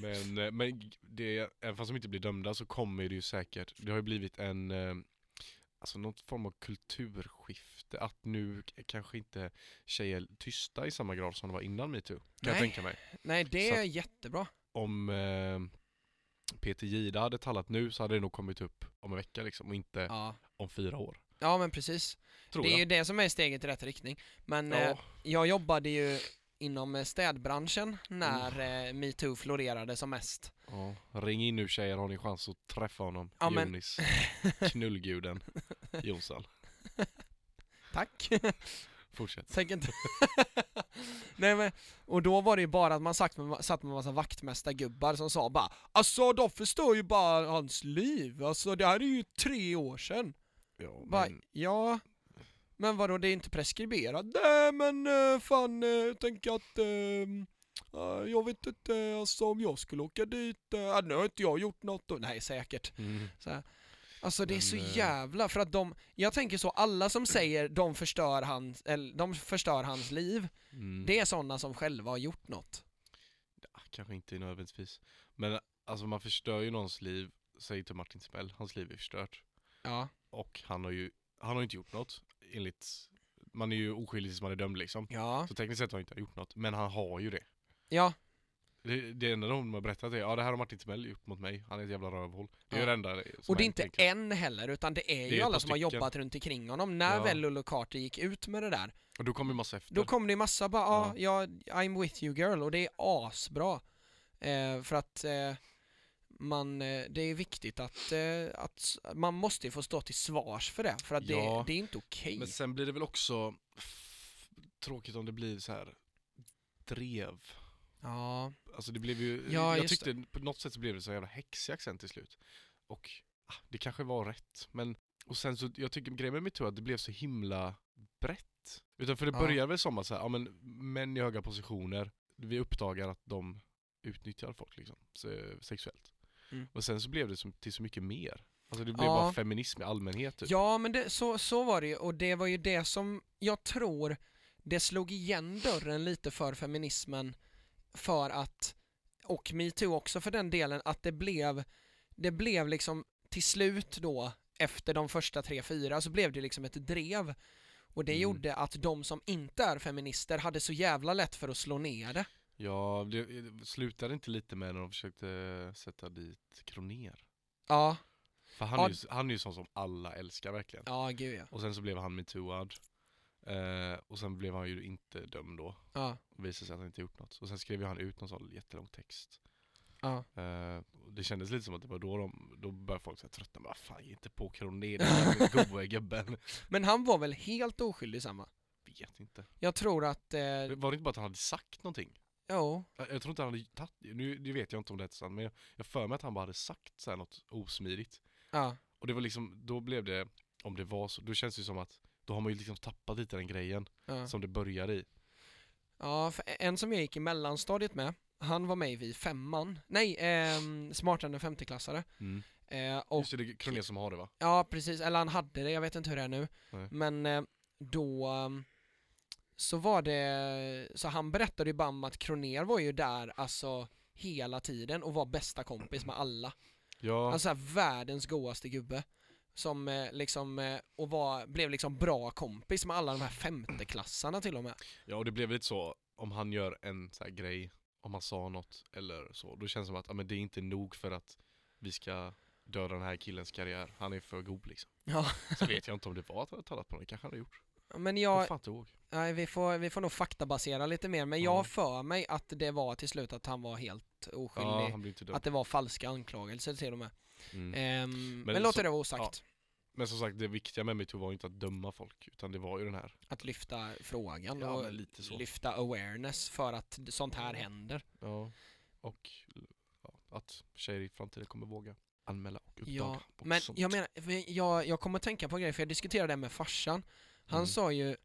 Men, eh, men g- det, även fast de inte blir dömda så kommer det ju säkert, det har ju blivit en, eh, alltså någon form av kulturskifte, att nu k- kanske inte tjejer är tysta i samma grad som de var innan metoo, kan jag Nej. tänka mig. Nej, det Så är jättebra. Om eh, Peter Gide hade talat nu så hade det nog kommit upp om en vecka liksom, och inte Ja. om fyra år. ja, men precis. Tror det är jag. ju det som är steget i rätt riktning. Men eh, Ja, jag jobbade ju inom eh, städbranschen när Mm. eh, metoo florerade som mest. ja. Ring in nu tjejer, har ni chans att träffa honom, Ja, men- (laughs) Jonis, knullguden Jonsson. (laughs) Tack. Fortsätt. Tänk inte. (laughs) Nej men, och då var det ju bara att man sagt med, satt med en massa vaktmästargubbar som sa bara Alltså de förstör ju bara hans liv, alltså det här är ju tre år sedan. Ja, Bara, men- ja, men vadå det är inte preskriberat? Nej men eh, fan, eh, tänk att eh, eh, jag vet inte, alltså om jag skulle åka dit, eh, nu har inte jag gjort något och, nej säkert. Mm. Alltså det är Men, så eh, jävla, för att de, jag tänker så, alla som säger de förstör hans, eller de förstör hans liv, Mm. det är sådana som själva har gjort något. Ja, Kanske inte nödvändigtvis. Men alltså man förstör ju någons liv, säg till Martin Smäll, hans liv är förstört. Ja. Och han har ju, han har ju inte gjort något enligt, man är ju oskyldig tills man är dömd liksom. Ja. Så tekniskt sett har han inte gjort något, men han har ju det. Ja. Det, det enda de har berättat är, ja det här har Martin Smäll gjort mot mig, han är ett jävla rövhål. Det är Ja. ju det enda som Och har det är hänt inte egentligen. en heller, utan det är Det ju är ett alla par som har stycken. jobbat runt omkring honom. När Ja. väl Lulu Carter gick ut med det där, Och då kommer ju massa efter. då kom det ju massa bara ah, ja, I'm with you girl” och det är asbra. Eh, för att eh, man, eh, det är viktigt att, eh, att s- man måste ju få stå till svars för det, för att Ja. det, det är inte okej. Men sen blir det väl också f- tråkigt om det blir så här drev. Ja, Alltså det blev ju, Ja, jag just tyckte på något sätt så blev det så jävla häxig accent till slut. Och ah, det kanske var rätt, men och sen så, jag tycker grejen med metoo är att det blev så himla brett. Utan för det Ja. började väl som att så här, ja men män i höga positioner, vi uppdagar att de utnyttjar folk liksom, se- sexuellt. Mm. Och sen så blev det som, till så mycket mer. Alltså det blev Ja. bara feminism i allmänhet typ. Ja, men det, så, så var det ju och det var ju det som jag tror det slog igen dörren lite för feminismen för att, och metoo också för den delen, att det blev, det blev liksom till slut då efter de första tre, fyra så blev det liksom ett drev och det Mm. gjorde att de som inte är feminister hade så jävla lätt för att slå ner det. Ja, det, det slutade inte lite med när de försökte eh, sätta dit Kroner. Ja, För han, Ja. är ju, han är ju sån som alla älskar verkligen. ja gud ja. Och sen så blev han metooad. Eh, och sen blev han ju inte dömd då. Ja, Och visade sig att han inte gjort något. Och sen skrev ju han ut någon sån jättelång text. ja. Eh, och det kändes lite som att det var då de, då började folk så här tröttna. Men vad fan, ge inte på Kronér, (laughs) den här goa gubben. Men han var väl helt oskyldig samma? Vet inte. Jag tror att, eh, Men Var det inte bara att han hade sagt någonting? jo. Jag, jag tror inte han hade tagit, nu, nu vet jag inte om det är sant, men jag, jag för mig att han bara hade sagt så här något osmidigt. ja. Och det var liksom, då blev det, om det var så, då känns det ju som att då har man ju liksom tappat lite den grejen ja. som det började i. Ja, för e-, en som jag gick i mellanstadiet med, han var med i Vi femman. Nej, ehm, smartare än en femteklassare. Mm. Eh, och, Just det, det är Kronér som har det va? ja, precis. Eller han hade det, jag vet inte hur det är nu. Nej. Men eh, då ehm, så var det, så han berättade ju bara om att Kroner var ju där alltså hela tiden och var bästa kompis med alla. Ja. Alltså så här, världens godaste gubbe. Som eh, liksom, eh, och var, blev liksom bra kompis med alla de här femteklassarna till och med. Ja och det blev lite så, om han gör en så här grej, om han sa något eller så, då känns det som att ja, men det är inte nog för att vi ska döda den här killens karriär, han är för god liksom. (laughs) Ja. Så vet jag inte om det var att han hade talat på honom, det kanske han hade gjort. Men Jag jag, kommer fan inte ihåg. Nej, vi får, vi får nog faktabasera lite mer, men jag Ja. har för mig att det var till slut att han var helt Ja, oskyldig. han blev inte dömd. att det var falska anklagelser till och med. Mm. Ehm, men det är låter så- det vara osagt. Men som sagt, det viktiga med metoo var ju inte att döma folk, utan det var ju den här. Att lyfta frågan Ja, och men lite så. lyfta awareness för att d- sånt här händer. Ja. Och ja, att tjejer i framtiden kommer våga anmäla och uppdaga. Ja, och men sånt. jag menar, men jag, jag kommer att tänka på en grej, för jag diskuterade det med farsan. Han Mm. sa ju,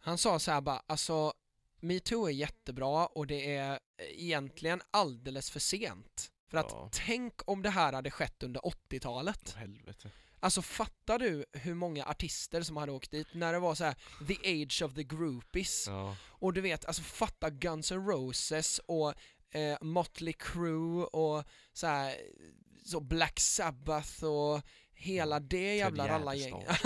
han sa så här bara, alltså metoo är jättebra och det är egentligen alldeles för sent. För att Ja. tänk om det här hade skett under 80-talet. Åh, helvete. Alltså fattar du hur många artister som hade åkt dit när det var så här: the age of the groupies Ja. och du vet, alltså fatta Guns N' Roses och eh, Motley Crue och så här, så Black Sabbath och hela det jävla rallargänget. (laughs)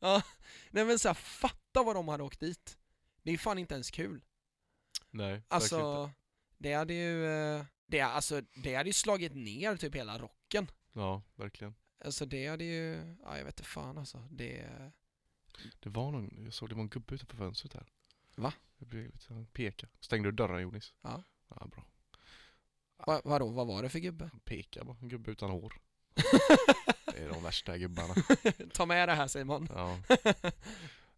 ja, nej men så här, fatta vad de hade åkt dit. Det är fan inte ens kul. Nej, verkligen inte. Alltså, det hade ju, eh, det, alltså, det hade ju slagit ner typ hela rocken. Ja, verkligen. Alltså det hade ju, ja jag vet inte fan alltså. Det, Det var någon, jag såg det var en gubbe utanför fönstret här. Va? Jag blev lite så här, peka. Stängde du dörren Jonis? Ja. Ja, bra. va, vadå, vad var det för (laughs) gubbe? Han pekar bara, en gubbe utan hår. Det är de (laughs) värsta gubbarna. Ta med det här Simon. Ja.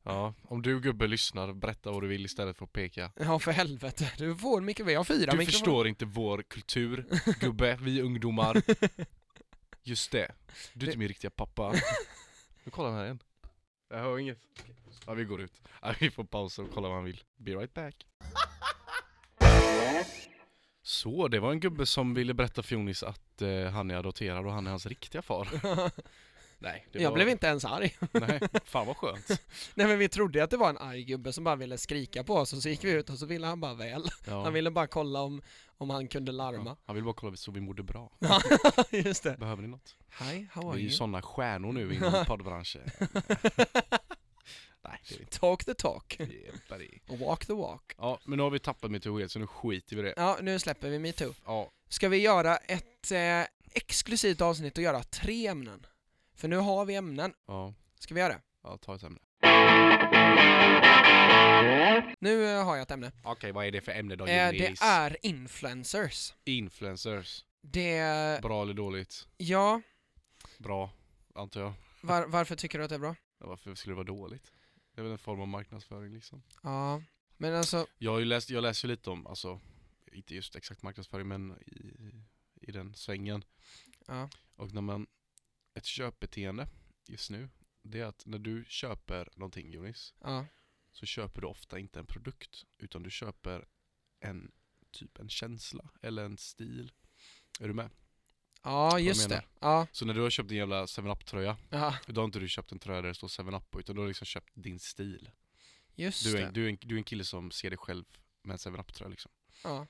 ja, om du gubbe lyssnar, berätta vad du vill istället för att peka. Ja för helvete, du får en mikrofon. Jag har fyra Du mikrofoner. förstår inte (laughs) vår kultur, gubbe, vi ungdomar. Just det. Du är inte min riktiga (laughs) pappa. Nu kollar han här igen. Jag hör inget. Ja, vi går ut. Ja, vi får pausa och kolla vad han vill. Be (laughs) right back. Så, det var en gubbe som ville berätta för Jonis att eh, han är adopterad och han är hans (laughs) riktiga far. Nej, det Jag var... blev inte ens arg. (laughs) Nej, fan vad skönt. Nej men vi trodde ju att det var en arg gubbe som bara ville skrika på oss och så gick vi ut och så ville han bara väl. Ja. Han ville bara kolla om, om han kunde ja. larma. Han vill bara kolla så vi (laughs) mådde bra. Just det. Behöver ni något? Hi, how Vi are är ju you? sådana stjärnor nu inom poddbranschen. Nej, det är vi inte. Talk the talk Yep, buddy. och walk the walk. Ja, men nu har vi tappat metoo helt så nu skiter vi i det. Ja, nu släpper vi metoo. Ja, Ska vi göra ett eh, exklusivt avsnitt och göra tre ämnen? För nu har vi ämnen. ja, Ska vi göra det? ja ta ett ämne. Nu eh, har jag ett ämne. Okej, vad är det för ämne då Eh, det Jonis? är influencers. Influencers. Det, Bra eller dåligt? ja, Bra, antar jag. var, varför tycker du att det är bra? Ja, varför skulle det vara dåligt? Det är väl en form av marknadsföring liksom. Ja, men alltså, Jag har ju läst, jag läser ju lite om, alltså, inte just exakt marknadsföring men i, i den svängen. Ja. Och när man, ett köpbeteende just nu, det är att när du köper någonting Jonis, ja, så köper du ofta inte en produkt utan du köper en typ en känsla eller en stil. Är du med? ja just menar? det. Ja, Så när du har köpt en jävla 7-Up tröja, ja, då har inte du köpt en tröja där det står 7-Up på utan du har liksom köpt din stil. just Du är, det. du, är en, du är en kille som ser dig själv med en 7-Up tröja liksom. Ja,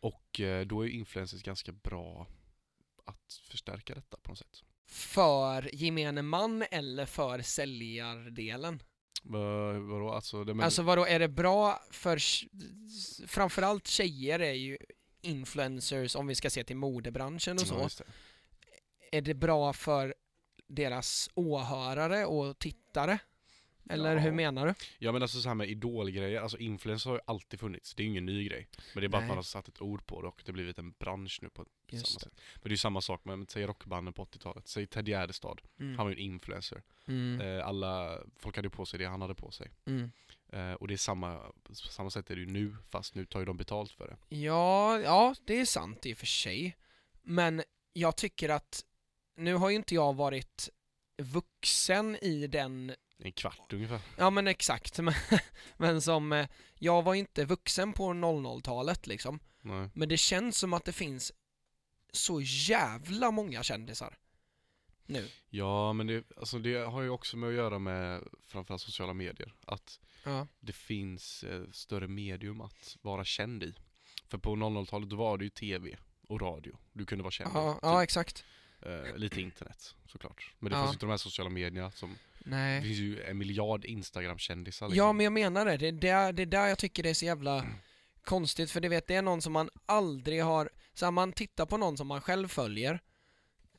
Och eh, då är ju influencers ganska bra att förstärka detta på något sätt. för gemene man eller för säljardelen? Va- Vadå? Alltså, det men, Alltså vadå, är det bra för... tj- Framförallt tjejer är ju influencers om vi ska se till modebranschen och så. Ja, just det. är det bra för deras åhörare och tittare? Eller Ja. hur menar du? Ja men alltså så här med idolgrejer, alltså influencer har ju alltid funnits, det är ju ingen ny grej. Men det är bara Nej. att man har satt ett ord på det och det har blivit en bransch nu på Just samma det. sätt. Men det är ju samma sak med, säg rockbanden på 80-talet, säg Ted Gärdestad, han var ju en influencer. Mm. Eh, alla, folk hade ju på sig det han hade på sig. Mm. Eh, och det är samma, på samma sätt är det ju nu, fast nu tar ju de betalt för det. Ja, ja, det är sant i och för sig. Men jag tycker att, nu har ju inte jag varit vuxen i den, En kvart ungefär. ja men exakt, (laughs) men, men som, eh, jag var ju inte vuxen på 00-talet liksom. Nej. Men det känns som att det finns så jävla många kändisar. Nu. Ja men det, alltså det har ju också med att göra med framförallt sociala medier. Att Ja. det finns eh, större medium att vara känd i. För på 00-talet då var det ju tv och radio. Du kunde vara känd. i, Ja, typ. ja, exakt. eh, lite internet såklart. Men det Ja. fanns ju inte de här sociala medierna som, det Nej. finns ju en miljard Instagram-kändisar liksom. Ja, men jag menar det. Det är där, det är där jag tycker det är så jävla konstigt, för det, vet, det är någon som man aldrig har... Så här, man tittar på någon som man själv följer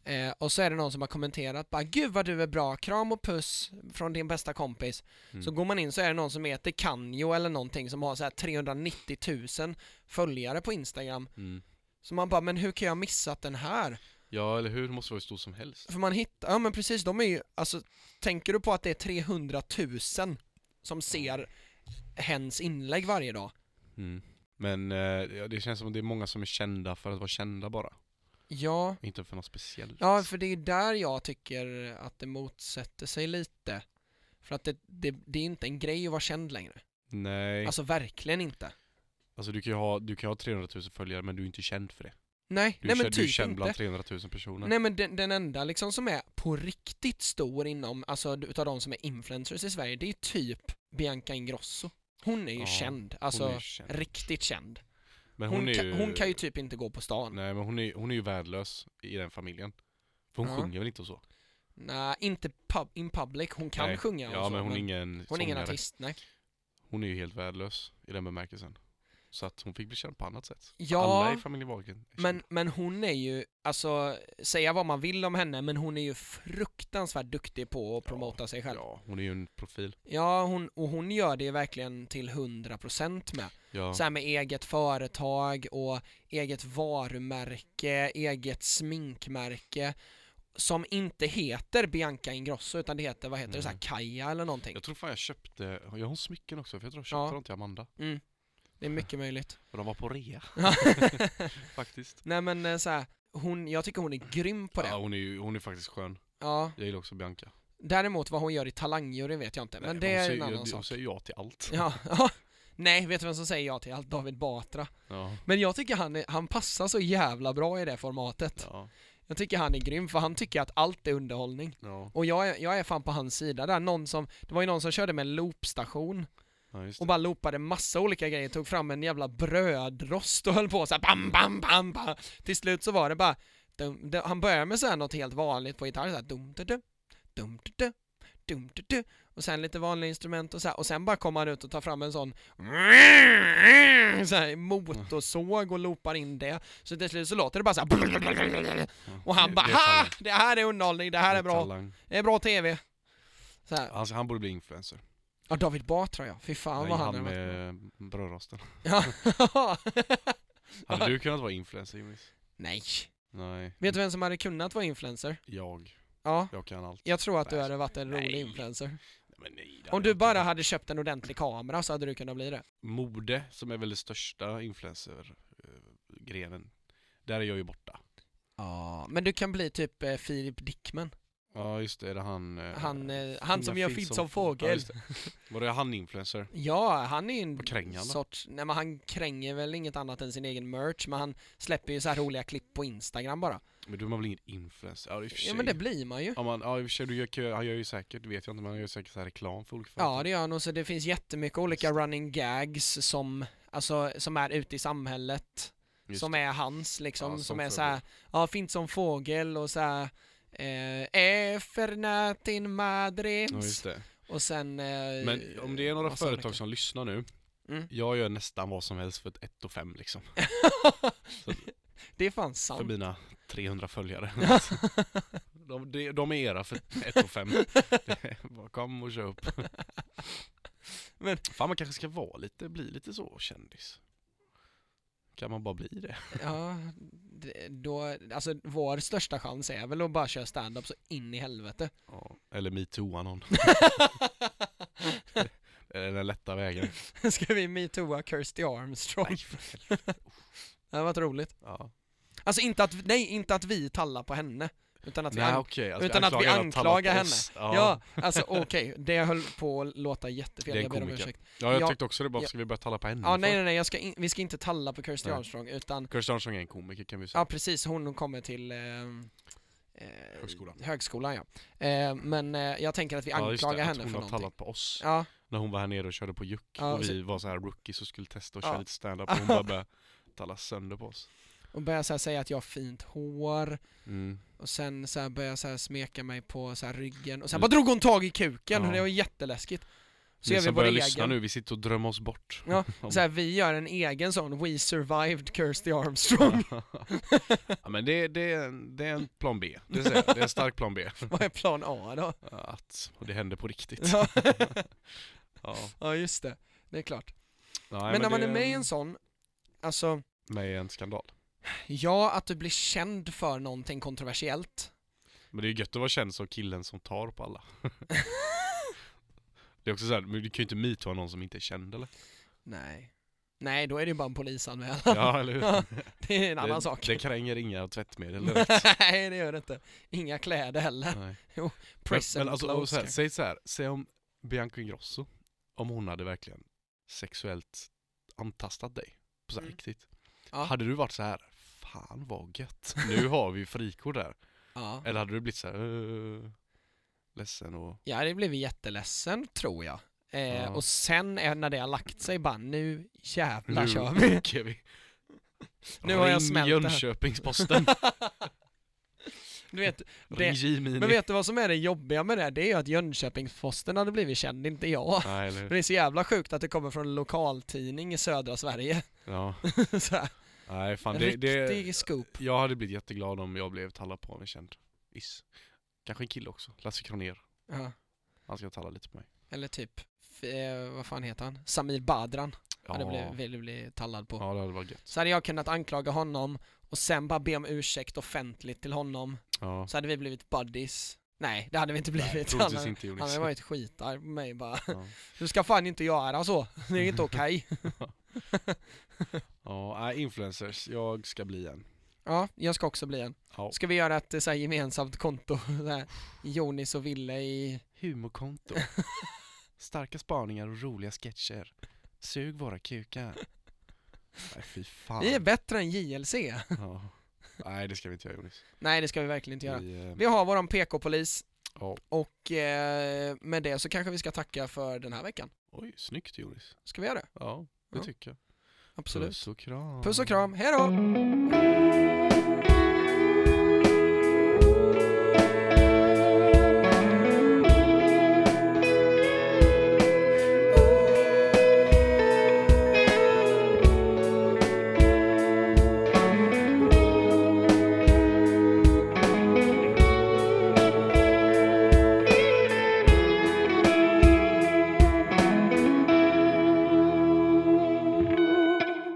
eh, och så är det någon som har kommenterat bara “Gud vad du är bra, kram och puss från din bästa kompis”. Så Mm. går man in så är det någon som heter Kanjo eller någonting som har så här 390 000 följare på Instagram. Mm. Så man bara “Men hur kan jag ha missat den här?” Ja eller hur, det måste vara hur stor som helst. För man hittar, ja men precis, de är ju, alltså tänker du på att det är 300 000 som ser hens inlägg varje dag? Mm. Men eh, ja, det känns som att det är många som är kända för att vara kända bara. Ja, Inte för något speciellt. ja för det är där jag tycker att det motsätter sig lite. För att det, det, det är inte en grej att vara känd längre. Nej. Alltså, Alltså verkligen inte. du, kan ju ha, du kan ju ha 300 000 följare men du är inte känd för det. Nej, Du nej är, men känd, du är typ känd inte. bland 300 000 personer. Nej men den, den enda liksom som är på riktigt stor inom, alltså utav de som är influencers i Sverige, det är typ Bianca Ingrosso. Hon är ju Ja, känd, Hon alltså är ju känd. riktigt känd. Men hon, Hon, är kan, ju... hon kan ju typ inte gå på stan. Nej men hon är, hon är ju värdelös i den familjen. För hon Ja. sjunger väl inte och så? Nej, inte pub, in public. Hon kan Nej. sjunga och Ja så, men hon är ingen hon är ingen sångare. artist, nej. Hon är ju helt värdelös i den bemärkelsen. Så att hon fick bli känd på annat sätt. Alla Ja, i familjen Wahlgren är men, kända. men hon är ju, alltså, säga vad man vill om henne, men hon är ju fruktansvärt duktig på att promota sig själv. Ja, Ja, hon är ju en profil. hon, och hon gör det ju verkligen till 100% med. Ja. Så här med eget företag och eget varumärke, eget sminkmärke som inte heter Bianca Ingrosso utan det heter, vad heter det, så här Mm. Kaja eller någonting. Jag tror fan jag köpte, jag har smycken också för jag tror jag köpte Ja. dem till Amanda. Det är mycket (laughs) möjligt. (laughs) Och de var på rea faktiskt. Nej men eh, så här, hon, jag tycker hon är grym på Ja, det. hon är ju hon är faktiskt skön. Ja. Jag gillar också Bianca. Däremot vad hon gör i talangjuryn vet jag inte, men Nej, det hon är säger, en annan jag, Hon sak. säger ja till allt. Ja. ja. Nej, vet du vem som säger ja till allt? David Batra. Ja. Men jag tycker han, är, han passar så jävla bra i det formatet. Ja. Jag tycker han är grym för han tycker att allt är underhållning. Ja. Och jag, är- jag är fan på hans sida där, någon som, det var ju någon som körde med en loopstation ja just och det. bara loopade massa olika grejer, tog fram en jävla brödrost och höll på såhär bam, bam, bam, bam. Till slut så var det bara, dum, dum, han började med såhär något helt vanligt på gitarr såhär dum, dum, dum, dum, dum, dum, dum, dum, dum. och sen lite vanliga instrument och så här. och sen bara kommer han ut och tar fram en sån så här, motorsåg och loopar in det, så till slut så låter det bara såhär Ja. och han Det- bara det är ha! talang. Det här är underhållning, det här Det är bra, talang. det är bra TV! Så här. Alltså, han borde bli influencer. Ja, David Batra ja. Fy fan vad han, han är. med (laughs) brödrosten. Ja. Hade du kunnat vara influencer Jimmys? Nej. (laughs) Nej. Vet du vem som hade kunnat vara influencer? Jag. Ja. Jag kan allt. Jag tror att du Nej. hade varit en rolig Nej. influencer. Nej, Men nej, det Om hade du jag inte bara kunnat. hade köpt en ordentlig kamera så hade du kunnat bli det. Mode, som är väl det största influencer-grenen. Där är jag ju borta. Ja. Men du kan bli typ eh, Filip Dickman. Ja just det, är det han... eh, Han, eh, han som Finna gör Finn Fint som som Ja, fågel. just Var det han influencer? Ja, han är ju en Vad kränger han då? sorts... Nej men han kränger väl inget annat än sin egen merch, men han släpper ju så här roliga klipp på Instagram bara. Men då är man väl ingen influencer? Ja i och för sig. Ja men det blir man ju. ja, man, ja i och för sig, du gör, han gör ju säkert, det vet jag inte, men han gör säkert så här reklam för olika Ja det gör han och så det finns jättemycket olika running gags som, alltså, som är ute i samhället. Just som det. är hans liksom, Ja, som, som är fågel. såhär, ja fint som fågel och såhär Eh, Efernatin Ja just madrims det. och sen... Eh, Men om det är några vad liksom? sa företag Rickard? som lyssnar nu, Mm. jag gör nästan vad som helst för ett 1 och 5 liksom. (laughs) Det är fan För sant. mina (laughs) 300 följare. (laughs) de, de, de är era för 1 (laughs) och 5. Bara kom och köp. Men- Fan man kanske ska vara lite, bli lite så kändis. Kan man bara bli det? ja, det- då, alltså vår största chans är väl att bara köra stand-up så in i helvete. (laughs) Ja. Eller metooa någon. Det är Den (laughs) lätta vägen. Ska vi metooa Kirsty Armstrong? Det hade varit roligt. Ja. Alltså inte att, nej, inte att vi tallar på henne. Utan att vi Nej an- okej, alltså, utan att vi anklagar alla anklagar tallat oss. Ja, Ja. Ja. alltså okej, det höll på att låta Det jättefel, är jag ber om komiker. Mm. ursäkt. jag Ja. tyckte också det, bara Ja. ska vi börja tala på henne? Ja, nej nej nej, jag ska in, vi ska inte talla på Kirsty Nej. Armstrong utan, Kirsten Armstrong är en komiker kan vi säga. ja precis, hon kommer till eh, eh, Högskolan. högskolan ja. Eh, men eh, jag tänker att vi Ja, just det, anklagar att henne hon för har någonting. talat på oss. Ja, När hon var här nere och körde på Juck Ja, och vi så- var så här rookies och skulle testa och Ja. köra lite stand-up och hon (laughs) bara började tala sönder på oss. och börjar så här säga att jag har fint hår Mm. och sen så här börjar så här smeka mig på så här ryggen och sen Mm. bara drog hon tag i kuken Ja. och det var jätteläskigt. Så Så gör vi som vår börjar lyssna egen. nu, vi sitter och drömmer oss bort. (laughs) Ja, så här, vi gör en egen sån We survived Kirsty Armstrong. (laughs) ja, men det, det, är en- det är en plan B, det, säger jag. det är en stark (laughs) plan B. Vad är plan A då? Att och det händer på riktigt. Ja, (laughs) Ja. (laughs) ja just det, det är klart. Nej, Men, när man det är med i en sån, alltså med i en skandal. Ja, att du blir känd för någonting kontroversiellt. Men det är ju gött att vara känd som killen som tar (laughs) på alla. (laughs) det är också så här, men du kan ju inte metooa någon som inte är (laughs) känd eller? Nej. Nej, då är det ju bara en polisanmälan. Ja, eller hur? Ja, (laughs) det är en annan det, sak. Det kränger (laughs) inga tvättmedel direkt. Nej, det gör det inte. Inga kläder heller. Nej. Men, Prison men alltså, och clothes så här, kanske. säg så här, säg om Bianca Ingrosso, om hon hade verkligen sexuellt antastat dig på så här Mm. riktigt. Ja. Hade du varit så här, fan vad gött, nu har vi (laughs) frikort där. ja. Eller hade du blivit så här, "Eh, ledsen och... ja, det blev jätteledsen tror jag. Eh, Ja. Och sen eh, när det har lagt sig bara nu jävlar (laughs) Nu kör vi. åker vi. Nu har jag Ring smält det här. (laughs) Jönköpingsposten. Du vet, Ring det, J-Mini. men vet du vad som är det jobbiga med det? Det är ju att Jönköpingsposten hade blivit känd, inte jag. Nej, eller Men hur? det är så jävla sjukt att det kommer från en lokaltidning i södra Sverige. (laughs) Ja. så här, (laughs) Nej, fan det, det... riktig scoop. Jag hade blivit jätteglad om jag blev tallad på av en känd. Iss. Kanske en kille också. Lasse Kronér. Ja. Han ska talla lite på mig. Eller typ, f- eh, vad fan heter han? Samir Badran Ja, hade blivit, ville bli tallad på. ja det hade varit gött. Så hade jag kunnat anklaga honom och sen bara be om ursäkt offentligt till honom. Ja. Så hade vi blivit buddies. Nej, det hade vi inte Nej, blivit. han, troligtvis hade- inte han Jonas. hade varit skitarg på mig bara. Ja. Du ska fan inte göra så. Det är inte (laughs) okej. Ja, nej, influencers. Jag ska bli en. Ja, jag ska också bli en. Ja. Ska vi göra ett eh, så här, gemensamt konto? (laughs) Så här, Jonis och Ville i... (laughs) Humorkonto. Starka spaningar och roliga sketcher. Sug våra kukar. Nej, fy fan. Vi är bättre än JLC. Ja. Nej, det ska vi inte göra Jonas. (laughs) Nej, det ska vi verkligen inte göra. Vi, eh, Vi har våran PK-polis ja. och eh, med det så kanske vi ska tacka för den här veckan. Oj, snyggt Jonas. Ska vi göra det? Ja, det Ja. tycker jag. Absolut. Puss och kram. Puss och kram, hej då!